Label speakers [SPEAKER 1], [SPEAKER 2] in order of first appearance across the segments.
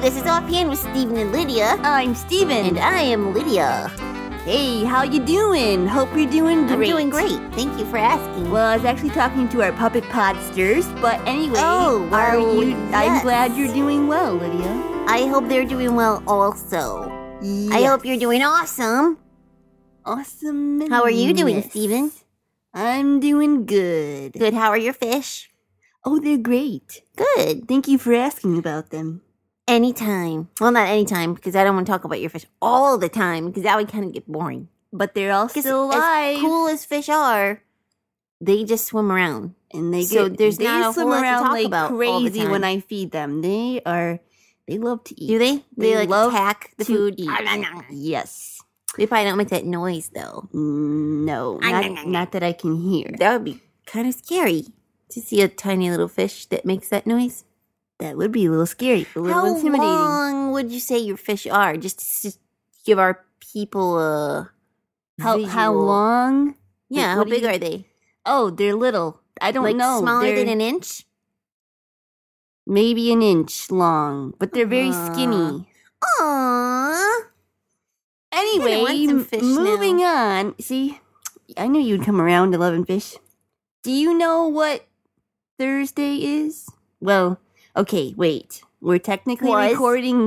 [SPEAKER 1] this is Offhand with Steven and Lydia.
[SPEAKER 2] I'm Steven.
[SPEAKER 1] And I am Lydia.
[SPEAKER 2] hey, how you doing? Hope you're doing
[SPEAKER 1] I'm
[SPEAKER 2] great.
[SPEAKER 1] doing great. Thank you for asking.
[SPEAKER 2] Well, I was actually talking to our puppet podsters, but anyway,
[SPEAKER 1] Oh,
[SPEAKER 2] are
[SPEAKER 1] oh,
[SPEAKER 2] you? I'm
[SPEAKER 1] yes.
[SPEAKER 2] glad you're doing well, Lydia.
[SPEAKER 1] I hope they're doing well also. I
[SPEAKER 2] Yes.
[SPEAKER 1] hope you're doing awesome.
[SPEAKER 2] awesome.
[SPEAKER 1] How are you doing, Steven?
[SPEAKER 2] I'm doing good.
[SPEAKER 1] Good. How are your fish?
[SPEAKER 2] Oh, they're great.
[SPEAKER 1] Good.
[SPEAKER 2] Thank you for asking about them.
[SPEAKER 1] Anytime. Well, not anytime, because I don't want to talk about your fish all the time, because that would kind of get boring.
[SPEAKER 2] But they're all
[SPEAKER 1] 'Cause
[SPEAKER 2] still alive,
[SPEAKER 1] As cool as fish are, they just swim around.
[SPEAKER 2] and they
[SPEAKER 1] so
[SPEAKER 2] get,
[SPEAKER 1] there's
[SPEAKER 2] they
[SPEAKER 1] not a whole
[SPEAKER 2] swim
[SPEAKER 1] lot to
[SPEAKER 2] around
[SPEAKER 1] talk
[SPEAKER 2] like
[SPEAKER 1] about all the
[SPEAKER 2] crazy when
[SPEAKER 1] time.
[SPEAKER 2] I feed them. They are, they love to eat.
[SPEAKER 1] Do they? They,
[SPEAKER 2] They
[SPEAKER 1] like
[SPEAKER 2] love
[SPEAKER 1] attack the
[SPEAKER 2] to
[SPEAKER 1] food.
[SPEAKER 2] eat. Yes.
[SPEAKER 1] They probably don't make that noise though.
[SPEAKER 2] Mm, No,
[SPEAKER 1] Ah,
[SPEAKER 2] not, not that I can hear.
[SPEAKER 1] That would be kind of scary to see a tiny little fish that makes that noise.
[SPEAKER 2] That would be a little scary, a little
[SPEAKER 1] How
[SPEAKER 2] intimidating.
[SPEAKER 1] long would you say your fish are? Just to s- give our people a
[SPEAKER 2] How how
[SPEAKER 1] visual-
[SPEAKER 2] long?
[SPEAKER 1] Yeah,
[SPEAKER 2] Like,
[SPEAKER 1] how
[SPEAKER 2] what do
[SPEAKER 1] big
[SPEAKER 2] you-
[SPEAKER 1] are they?
[SPEAKER 2] Oh, they're little. I don't
[SPEAKER 1] like
[SPEAKER 2] know.
[SPEAKER 1] smaller
[SPEAKER 2] They're
[SPEAKER 1] than an inch?
[SPEAKER 2] maybe an inch long, but they're very
[SPEAKER 1] Aw.
[SPEAKER 2] skinny.
[SPEAKER 1] Aww.
[SPEAKER 2] Anyway,
[SPEAKER 1] want some
[SPEAKER 2] m-
[SPEAKER 1] fish
[SPEAKER 2] moving on. See, I knew you'd come around to loving fish. Do you know what Thursday is? Well, okay, wait. We're technically
[SPEAKER 1] Was.
[SPEAKER 2] recording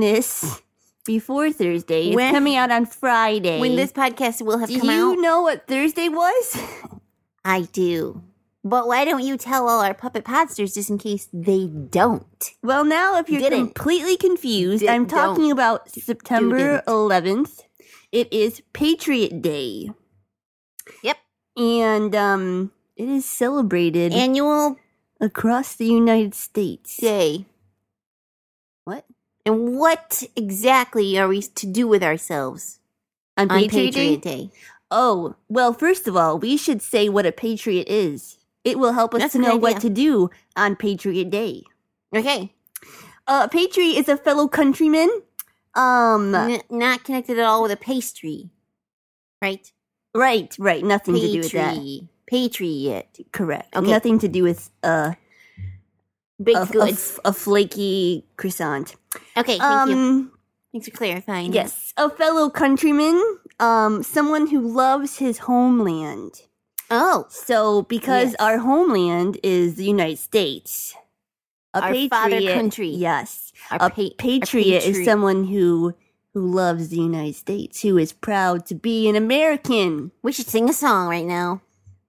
[SPEAKER 2] this before Thursday. It's
[SPEAKER 1] When-
[SPEAKER 2] coming out on Friday.
[SPEAKER 1] When this podcast will have
[SPEAKER 2] Do
[SPEAKER 1] come
[SPEAKER 2] you
[SPEAKER 1] out,
[SPEAKER 2] know what Thursday was?
[SPEAKER 1] I do. But why don't you tell all our puppet podsters just in case they don't?
[SPEAKER 2] Well, now if you're
[SPEAKER 1] Didn't.
[SPEAKER 2] completely confused,
[SPEAKER 1] Did-
[SPEAKER 2] I'm talking
[SPEAKER 1] don't.
[SPEAKER 2] about September
[SPEAKER 1] didn't.
[SPEAKER 2] 11th. It is Patriot Day.
[SPEAKER 1] Yep.
[SPEAKER 2] And um it is celebrated
[SPEAKER 1] Annual
[SPEAKER 2] across the United States.
[SPEAKER 1] day.
[SPEAKER 2] What?
[SPEAKER 1] And what exactly are we to do with ourselves
[SPEAKER 2] On
[SPEAKER 1] on
[SPEAKER 2] Patriot,
[SPEAKER 1] Patriot
[SPEAKER 2] Day?
[SPEAKER 1] Day?
[SPEAKER 2] Oh, well, first of all, we should say what a patriot is. It will help us
[SPEAKER 1] That's
[SPEAKER 2] to
[SPEAKER 1] a
[SPEAKER 2] know
[SPEAKER 1] good
[SPEAKER 2] what
[SPEAKER 1] idea.
[SPEAKER 2] to do on Patriot Day.
[SPEAKER 1] Okay.
[SPEAKER 2] Uh, a patriot is a fellow countryman. Um,
[SPEAKER 1] N- not connected at all with a pastry. Right?
[SPEAKER 2] right, right, nothing to do with that.
[SPEAKER 1] Patri- Patriot.
[SPEAKER 2] Correct.
[SPEAKER 1] Okay.
[SPEAKER 2] Nothing to do with uh
[SPEAKER 1] Baked
[SPEAKER 2] a, a
[SPEAKER 1] goods.
[SPEAKER 2] f- a flaky croissant.
[SPEAKER 1] okay, thank you.
[SPEAKER 2] Um,
[SPEAKER 1] Thanks for clarifying.
[SPEAKER 2] yes, a fellow countryman, um, someone who loves his homeland.
[SPEAKER 1] Oh,
[SPEAKER 2] So, because
[SPEAKER 1] Yes.
[SPEAKER 2] our homeland is the United States, a
[SPEAKER 1] Our father country.
[SPEAKER 2] Yes,
[SPEAKER 1] Our
[SPEAKER 2] a
[SPEAKER 1] pa- our
[SPEAKER 2] patriot is
[SPEAKER 1] patri-
[SPEAKER 2] someone who who loves the United States, who is proud to be an American.
[SPEAKER 1] we should sing a song right now.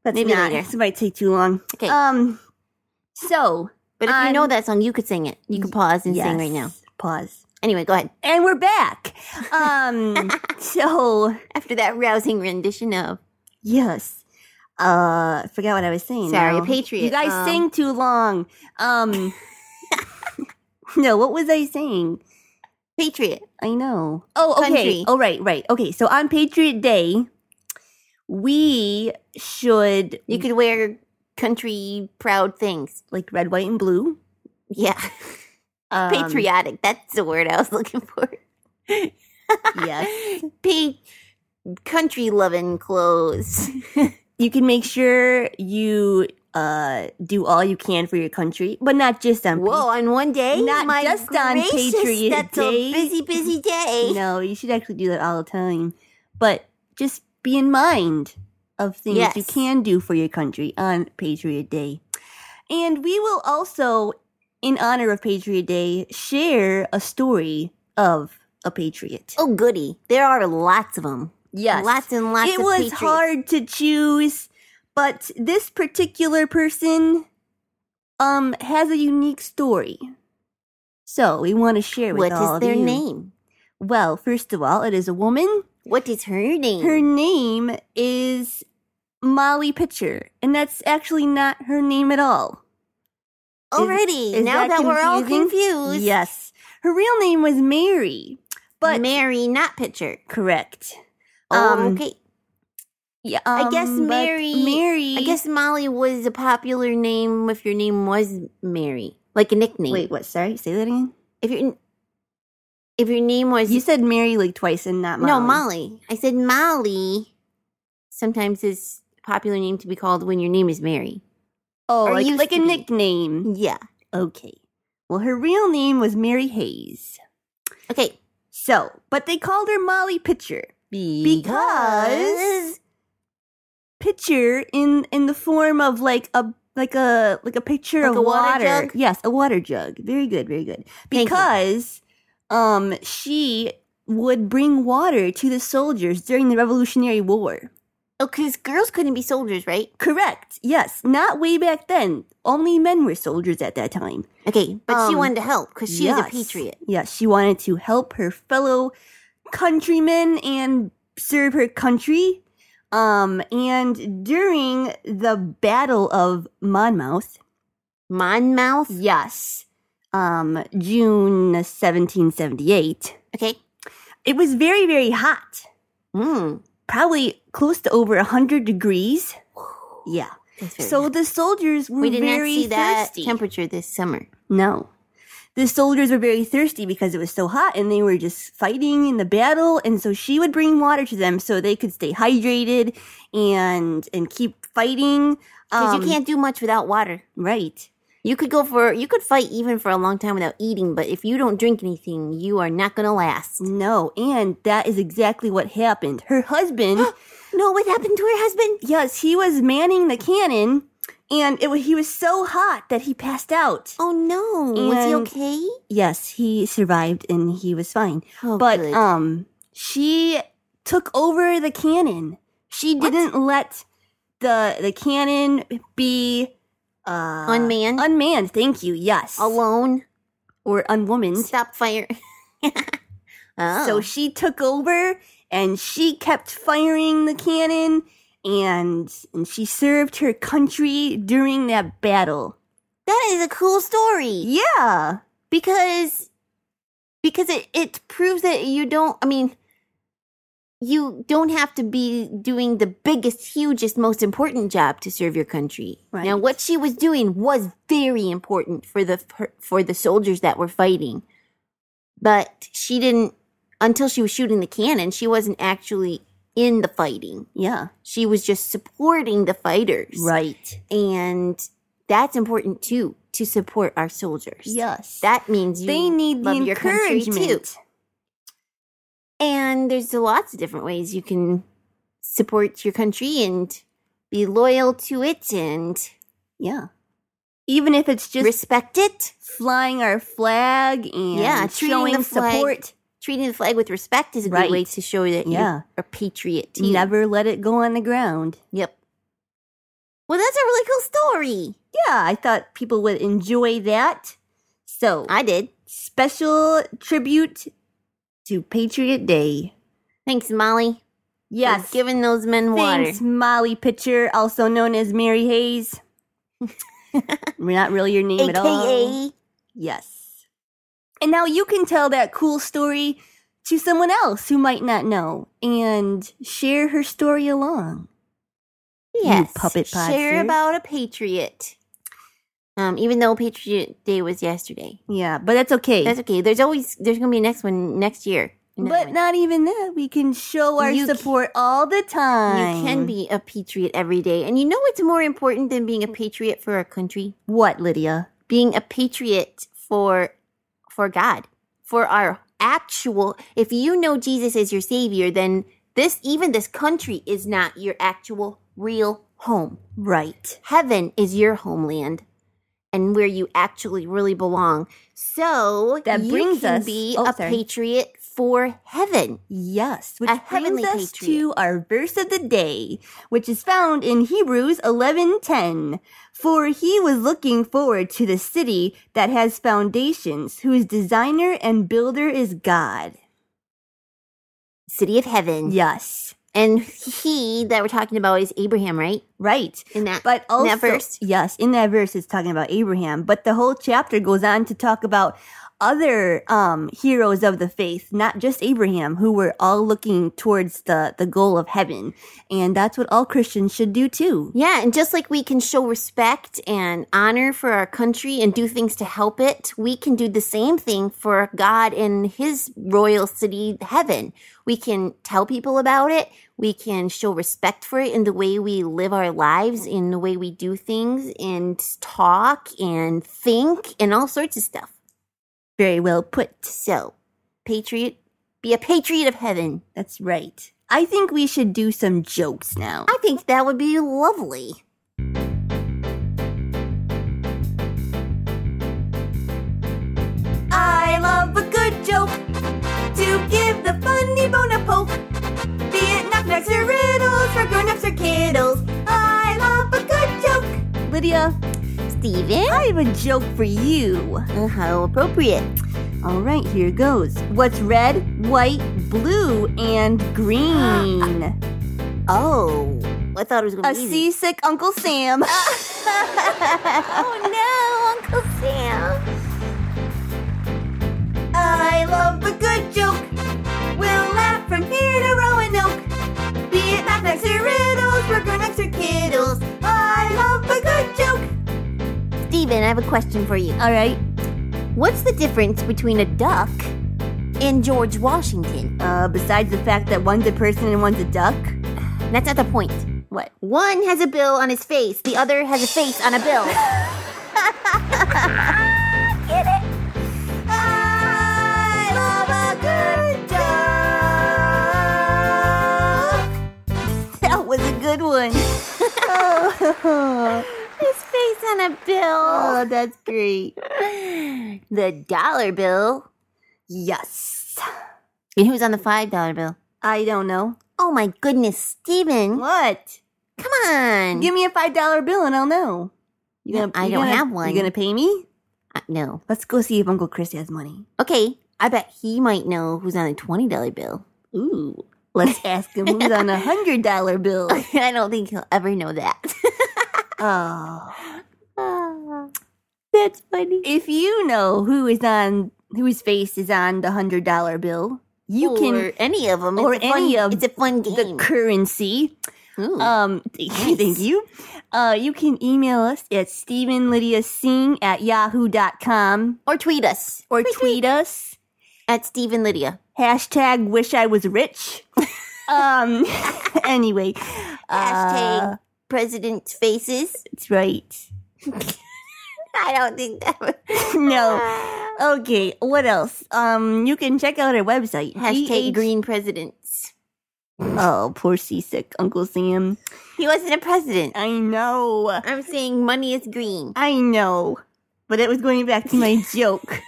[SPEAKER 2] That's
[SPEAKER 1] Maybe
[SPEAKER 2] not.
[SPEAKER 1] later.
[SPEAKER 2] This might take too long.
[SPEAKER 1] Okay.
[SPEAKER 2] Um. So
[SPEAKER 1] But if you
[SPEAKER 2] Um,
[SPEAKER 1] know that song, you could sing it. You could pause and sing right now.
[SPEAKER 2] yes. Pause.
[SPEAKER 1] Anyway, go ahead.
[SPEAKER 2] And we're back. Um. so
[SPEAKER 1] After that rousing rendition of
[SPEAKER 2] Yes. Uh, I forgot what I was saying.
[SPEAKER 1] Sorry,
[SPEAKER 2] now.
[SPEAKER 1] a patriot,
[SPEAKER 2] You guys
[SPEAKER 1] um,
[SPEAKER 2] sang too long. Um, no, what was I saying?
[SPEAKER 1] Patriot.
[SPEAKER 2] I know. Oh, okay.
[SPEAKER 1] Country.
[SPEAKER 2] Oh, right, right. Okay, so on Patriot Day, we should
[SPEAKER 1] You could wear country proud things.
[SPEAKER 2] like red, white, and blue.
[SPEAKER 1] Yeah.
[SPEAKER 2] Um,
[SPEAKER 1] Patriotic. That's the word I was looking for.
[SPEAKER 2] yes.
[SPEAKER 1] Pink country loving clothes.
[SPEAKER 2] You can make sure you uh do all you can for your country, but not just on.
[SPEAKER 1] Whoa, on one day?
[SPEAKER 2] Not
[SPEAKER 1] My
[SPEAKER 2] just on
[SPEAKER 1] gracious,
[SPEAKER 2] Patriot
[SPEAKER 1] that's
[SPEAKER 2] Day.
[SPEAKER 1] a busy, busy day.
[SPEAKER 2] No, you should actually do that all the time. But just be in mind of things you
[SPEAKER 1] Yes.
[SPEAKER 2] can do for your country on Patriot Day. And we will also, in honor of Patriot Day, share a story of a patriot.
[SPEAKER 1] Oh, goody. There are lots of them.
[SPEAKER 2] Yes.
[SPEAKER 1] Lots and lots
[SPEAKER 2] it
[SPEAKER 1] of
[SPEAKER 2] was
[SPEAKER 1] patriots.
[SPEAKER 2] hard to choose, but this particular person um has a unique story. So we want to share with
[SPEAKER 1] What
[SPEAKER 2] all
[SPEAKER 1] is
[SPEAKER 2] of
[SPEAKER 1] their
[SPEAKER 2] you.
[SPEAKER 1] name?
[SPEAKER 2] Well, first of all, it is a woman.
[SPEAKER 1] What is her name?
[SPEAKER 2] Her name is Molly Pitcher, and that's actually not her name at all.
[SPEAKER 1] Already,
[SPEAKER 2] is
[SPEAKER 1] now
[SPEAKER 2] that
[SPEAKER 1] that, we're all confused.
[SPEAKER 2] Yes. Her real name was Mary, but
[SPEAKER 1] Mary, not Pitcher.
[SPEAKER 2] correct.
[SPEAKER 1] Oh,
[SPEAKER 2] Um,
[SPEAKER 1] okay.
[SPEAKER 2] Yeah,
[SPEAKER 1] I guess
[SPEAKER 2] um, but
[SPEAKER 1] Mary-
[SPEAKER 2] Mary.
[SPEAKER 1] I guess Molly was a popular name if your name was Mary, like a nickname.
[SPEAKER 2] Wait, what? Sorry, say that again.
[SPEAKER 1] if your if your name was
[SPEAKER 2] You said Mary like twice and not Molly.
[SPEAKER 1] no Molly, I said Molly. Sometimes is a popular name to be called when your name is Mary.
[SPEAKER 2] Oh,
[SPEAKER 1] Or
[SPEAKER 2] like,
[SPEAKER 1] used
[SPEAKER 2] like a
[SPEAKER 1] to be.
[SPEAKER 2] nickname.
[SPEAKER 1] Yeah.
[SPEAKER 2] Okay. Well, her real name was Mary Hayes.
[SPEAKER 1] Okay.
[SPEAKER 2] So, but they called her Molly Pitcher because pitcher in in the form of like a like a like a picture
[SPEAKER 1] Like
[SPEAKER 2] of
[SPEAKER 1] a water jug?
[SPEAKER 2] Yes, a water jug. Very good, very good.
[SPEAKER 1] Thank you.
[SPEAKER 2] Because um she would bring water to the soldiers during the Revolutionary War.
[SPEAKER 1] Oh, because girls couldn't be soldiers, right?
[SPEAKER 2] Correct. Yes, not way back then. Only men were soldiers at that time.
[SPEAKER 1] Okay, but she
[SPEAKER 2] Um,
[SPEAKER 1] wanted to help because she was a
[SPEAKER 2] Yes.
[SPEAKER 1] patriot.
[SPEAKER 2] Yes, she wanted to help her fellow countrymen and serve her country. Um, and during the Battle of Monmouth,
[SPEAKER 1] Monmouth.
[SPEAKER 2] yes, um, June 1778,
[SPEAKER 1] Okay.
[SPEAKER 2] it was very, very hot,
[SPEAKER 1] Mm.
[SPEAKER 2] probably close to over 100 degrees. Yeah.
[SPEAKER 1] That's very
[SPEAKER 2] So the soldiers were
[SPEAKER 1] we did not
[SPEAKER 2] very
[SPEAKER 1] see that
[SPEAKER 2] thirsty.
[SPEAKER 1] temperature this summer.
[SPEAKER 2] No. The soldiers were very thirsty because it was so hot and they were just fighting in the battle and so she would bring water to them so they could stay hydrated and and keep fighting.
[SPEAKER 1] Because
[SPEAKER 2] Um,
[SPEAKER 1] you can't do much without water.
[SPEAKER 2] right.
[SPEAKER 1] You could go for you could fight even for a long time without eating, but if you don't drink anything, you are not gonna last.
[SPEAKER 2] No, and that is exactly what happened. Her husband
[SPEAKER 1] No, what happened to her husband?
[SPEAKER 2] yes, he was manning the cannon and it wa- he was so hot that he passed out.
[SPEAKER 1] Oh no. was he
[SPEAKER 2] And-
[SPEAKER 1] okay?
[SPEAKER 2] Yes, he survived and he was fine.
[SPEAKER 1] Oh,
[SPEAKER 2] but
[SPEAKER 1] good.
[SPEAKER 2] um she took over the cannon she
[SPEAKER 1] What?
[SPEAKER 2] didn't let the the cannon be uh
[SPEAKER 1] Unmanned?
[SPEAKER 2] unmanned thank you yes
[SPEAKER 1] alone.
[SPEAKER 2] or unwomaned
[SPEAKER 1] Stop fire. oh.
[SPEAKER 2] so she took over and she kept firing the cannon and and she served her country during that battle
[SPEAKER 1] that is a cool story.
[SPEAKER 2] yeah
[SPEAKER 1] because because it it proves that you don't i mean you don't have to be doing the biggest hugest most important job to serve your country
[SPEAKER 2] Right.
[SPEAKER 1] now what she was doing was very important for the for the soldiers that were fighting but she didn't until she was shooting the cannon she wasn't actually in the fighting
[SPEAKER 2] yeah
[SPEAKER 1] she was just supporting the fighters
[SPEAKER 2] right
[SPEAKER 1] and that's important too to support our soldiers
[SPEAKER 2] yes
[SPEAKER 1] that means you
[SPEAKER 2] they need the
[SPEAKER 1] love your country
[SPEAKER 2] encouragement
[SPEAKER 1] too. And there's lots of different ways you can support your country and be loyal to it and
[SPEAKER 2] yeah even if it's just
[SPEAKER 1] respect it.
[SPEAKER 2] flying our flag and
[SPEAKER 1] Yeah, treating the
[SPEAKER 2] showing
[SPEAKER 1] flag
[SPEAKER 2] support.
[SPEAKER 1] Treating the flag with respect is a
[SPEAKER 2] Right.
[SPEAKER 1] good way to show that
[SPEAKER 2] Yeah.
[SPEAKER 1] you're a patriot too.
[SPEAKER 2] Never let it go on the ground.
[SPEAKER 1] Yep. Well, that's a really cool story.
[SPEAKER 2] Yeah, I thought people would enjoy that. So,
[SPEAKER 1] I did.
[SPEAKER 2] special tribute to Patriot Day.
[SPEAKER 1] Thanks, Molly. for
[SPEAKER 2] Yes,
[SPEAKER 1] giving those men water.
[SPEAKER 2] thanks, Molly Pitcher, also known as Mary Hayes. We're not really your name at all.
[SPEAKER 1] AKA
[SPEAKER 2] Yes. And now you can tell that cool story to someone else who might not know and share her story along.
[SPEAKER 1] yes,
[SPEAKER 2] puppet podster.
[SPEAKER 1] Share about a patriot. Um, even though Patriot Day was yesterday.
[SPEAKER 2] Yeah, but that's okay.
[SPEAKER 1] That's okay. There's always there's gonna be a next one next year. Another
[SPEAKER 2] but
[SPEAKER 1] one.
[SPEAKER 2] not even that. We can show our
[SPEAKER 1] You ca-
[SPEAKER 2] support all the time.
[SPEAKER 1] you can be a patriot every day. And you know what's more important than being a patriot for our country?
[SPEAKER 2] What, Lydia?
[SPEAKER 1] Being a patriot for for God. For our actual if you know Jesus as your savior, then this even this country is not your actual real home.
[SPEAKER 2] Right.
[SPEAKER 1] Heaven is your homeland and where you actually really belong. So
[SPEAKER 2] That
[SPEAKER 1] you
[SPEAKER 2] brings
[SPEAKER 1] can
[SPEAKER 2] us-
[SPEAKER 1] be
[SPEAKER 2] oh,
[SPEAKER 1] a
[SPEAKER 2] sorry.
[SPEAKER 1] patriot for heaven.
[SPEAKER 2] Yes, which
[SPEAKER 1] A
[SPEAKER 2] brings
[SPEAKER 1] heavenly
[SPEAKER 2] us
[SPEAKER 1] patriot.
[SPEAKER 2] to our verse of the day, which is found in Hebrews 11:10. For he was looking forward to the city that has foundations, whose designer and builder is God.
[SPEAKER 1] City of heaven.
[SPEAKER 2] Yes.
[SPEAKER 1] And he that we're talking about is Abraham, right?
[SPEAKER 2] Right.
[SPEAKER 1] In that,
[SPEAKER 2] But also,
[SPEAKER 1] in that verse.
[SPEAKER 2] yes, in that verse, it's talking about Abraham. But the whole chapter goes on to talk about other um, heroes of the faith, not just Abraham, who were all looking towards the the goal of heaven, and that's what all Christians should do too.
[SPEAKER 1] Yeah, and just like we can show respect and honor for our country and do things to help it, we can do the same thing for God and His royal city, heaven. We can tell people about it. We can show respect for it in the way we live our lives, in the way we do things, and talk and think and all sorts of stuff.
[SPEAKER 2] Very well put.
[SPEAKER 1] So, patriot, be a patriot of heaven.
[SPEAKER 2] That's right. I think we should do some jokes now.
[SPEAKER 1] I think that would be lovely.
[SPEAKER 2] I love a good joke to give the funny bone a poke. Be it knockbacks or riddles for grown-ups or kiddles. I love a good joke. Lydia,
[SPEAKER 1] Steven?
[SPEAKER 2] I have a joke for you.
[SPEAKER 1] Uh, how appropriate.
[SPEAKER 2] All right, here goes. What's red, white, blue, and green?
[SPEAKER 1] Oh, I thought it was going
[SPEAKER 2] a
[SPEAKER 1] to be easy.
[SPEAKER 2] seasick Uncle Sam.
[SPEAKER 1] oh no, Uncle Sam.
[SPEAKER 2] I love a good joke. We'll laugh from here to Roanoke. Be it knockbacks or riddles, we're grown-ups or kiddles. I love a good joke.
[SPEAKER 1] Steven, I have a question for you.
[SPEAKER 2] All right.
[SPEAKER 1] What's the difference between a duck and George Washington?
[SPEAKER 2] Uh, besides the fact that one's a person and one's a duck.
[SPEAKER 1] That's not the point.
[SPEAKER 2] What?
[SPEAKER 1] One has a bill on his face, the other has a face on a bill.
[SPEAKER 2] I love a good joke. That was a good one. oh,
[SPEAKER 1] his face on a bill.
[SPEAKER 2] oh, that's great.
[SPEAKER 1] The dollar bill.
[SPEAKER 2] Yes.
[SPEAKER 1] And who's on the five dollar bill?
[SPEAKER 2] I don't know.
[SPEAKER 1] Oh my goodness, Steven.
[SPEAKER 2] What?
[SPEAKER 1] Come on.
[SPEAKER 2] Give me a five dollar bill and I'll know. You
[SPEAKER 1] No, I
[SPEAKER 2] you
[SPEAKER 1] don't
[SPEAKER 2] gonna-
[SPEAKER 1] have one.
[SPEAKER 2] You gonna pay me?
[SPEAKER 1] Uh, no.
[SPEAKER 2] Let's go see if Uncle Chris has money.
[SPEAKER 1] Okay. I bet he might know who's on the twenty dollar bill.
[SPEAKER 2] Ooh. Let's ask him who's on a hundred dollar bill.
[SPEAKER 1] I don't think he'll ever know that.
[SPEAKER 2] Oh.
[SPEAKER 1] That's funny.
[SPEAKER 2] If you know who is on whose face is on the hundred dollar bill, you can
[SPEAKER 1] or any of them,
[SPEAKER 2] or any of
[SPEAKER 1] It's a fun
[SPEAKER 2] the
[SPEAKER 1] game. Hmm. Uh,
[SPEAKER 2] currency.
[SPEAKER 1] Ooh.
[SPEAKER 2] Um thank you. Uh you can email us at StephenLydiaSing at yahoo.com
[SPEAKER 1] or tweet us
[SPEAKER 2] or tweet us
[SPEAKER 1] at Steven Lydia.
[SPEAKER 2] Hashtag wish I was rich. um anyway.
[SPEAKER 1] Hashtag
[SPEAKER 2] uh,
[SPEAKER 1] President's faces.
[SPEAKER 2] that's right.
[SPEAKER 1] I don't think that. Would...
[SPEAKER 2] No. Okay, what else? Um you can check out our website.
[SPEAKER 1] Hashtag
[SPEAKER 2] GH
[SPEAKER 1] Green Presidents.
[SPEAKER 2] Oh, poor seasick Uncle Sam.
[SPEAKER 1] He wasn't a president.
[SPEAKER 2] I know.
[SPEAKER 1] I'm saying money is green.
[SPEAKER 2] I know. But it was going back to my joke.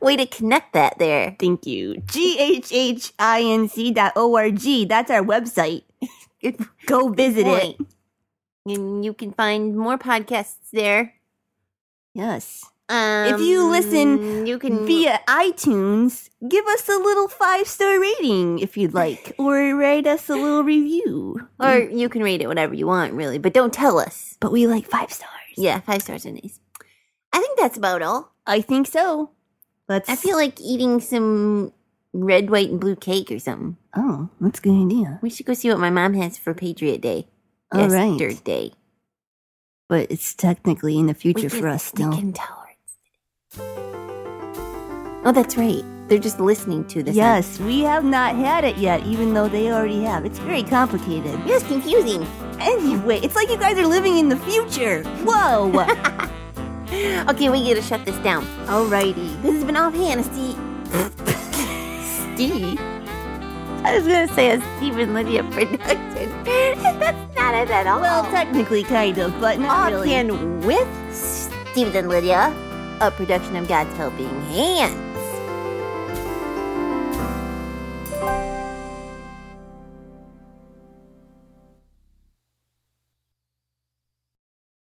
[SPEAKER 1] Way to connect that there.
[SPEAKER 2] Thank you. G H H I N C dot O R G. That's our website. Go visit it.
[SPEAKER 1] Point. And you can find more podcasts there.
[SPEAKER 2] Yes.
[SPEAKER 1] Um,
[SPEAKER 2] you listen
[SPEAKER 1] you can
[SPEAKER 2] Via iTunes, give us a little five star rating if you'd like, or write us a little review.
[SPEAKER 1] or you can rate it whatever you want, really, but don't tell us.
[SPEAKER 2] But we like five stars.
[SPEAKER 1] Yeah, five stars are nice. I think that's about all.
[SPEAKER 2] I think so. Let's.
[SPEAKER 1] I feel like eating some red, white, and blue cake or something.
[SPEAKER 2] Oh, that's a good idea.
[SPEAKER 1] We should go see what my mom has for Patriot Day.
[SPEAKER 2] All right.
[SPEAKER 1] Yesterday.
[SPEAKER 2] But it's technically in the
[SPEAKER 1] We
[SPEAKER 2] future
[SPEAKER 1] can-
[SPEAKER 2] for us still.
[SPEAKER 1] We can tell her it's- Oh, that's right. They're just listening to this. on-
[SPEAKER 2] Yes, we have not had it yet, even though they already have. It's very complicated.
[SPEAKER 1] Yes, confusing.
[SPEAKER 2] Anyway, it's like you guys are living in the future. Whoa!
[SPEAKER 1] Okay, we gotta shut this down.
[SPEAKER 2] Alrighty.
[SPEAKER 1] This has been offhand, Steve. Steve? I was gonna say a Steven Lydia production. That's not it at all.
[SPEAKER 2] Well, technically, kind of, but not really.
[SPEAKER 1] offhand with Steven Lydia, a production of God's Helping Hand.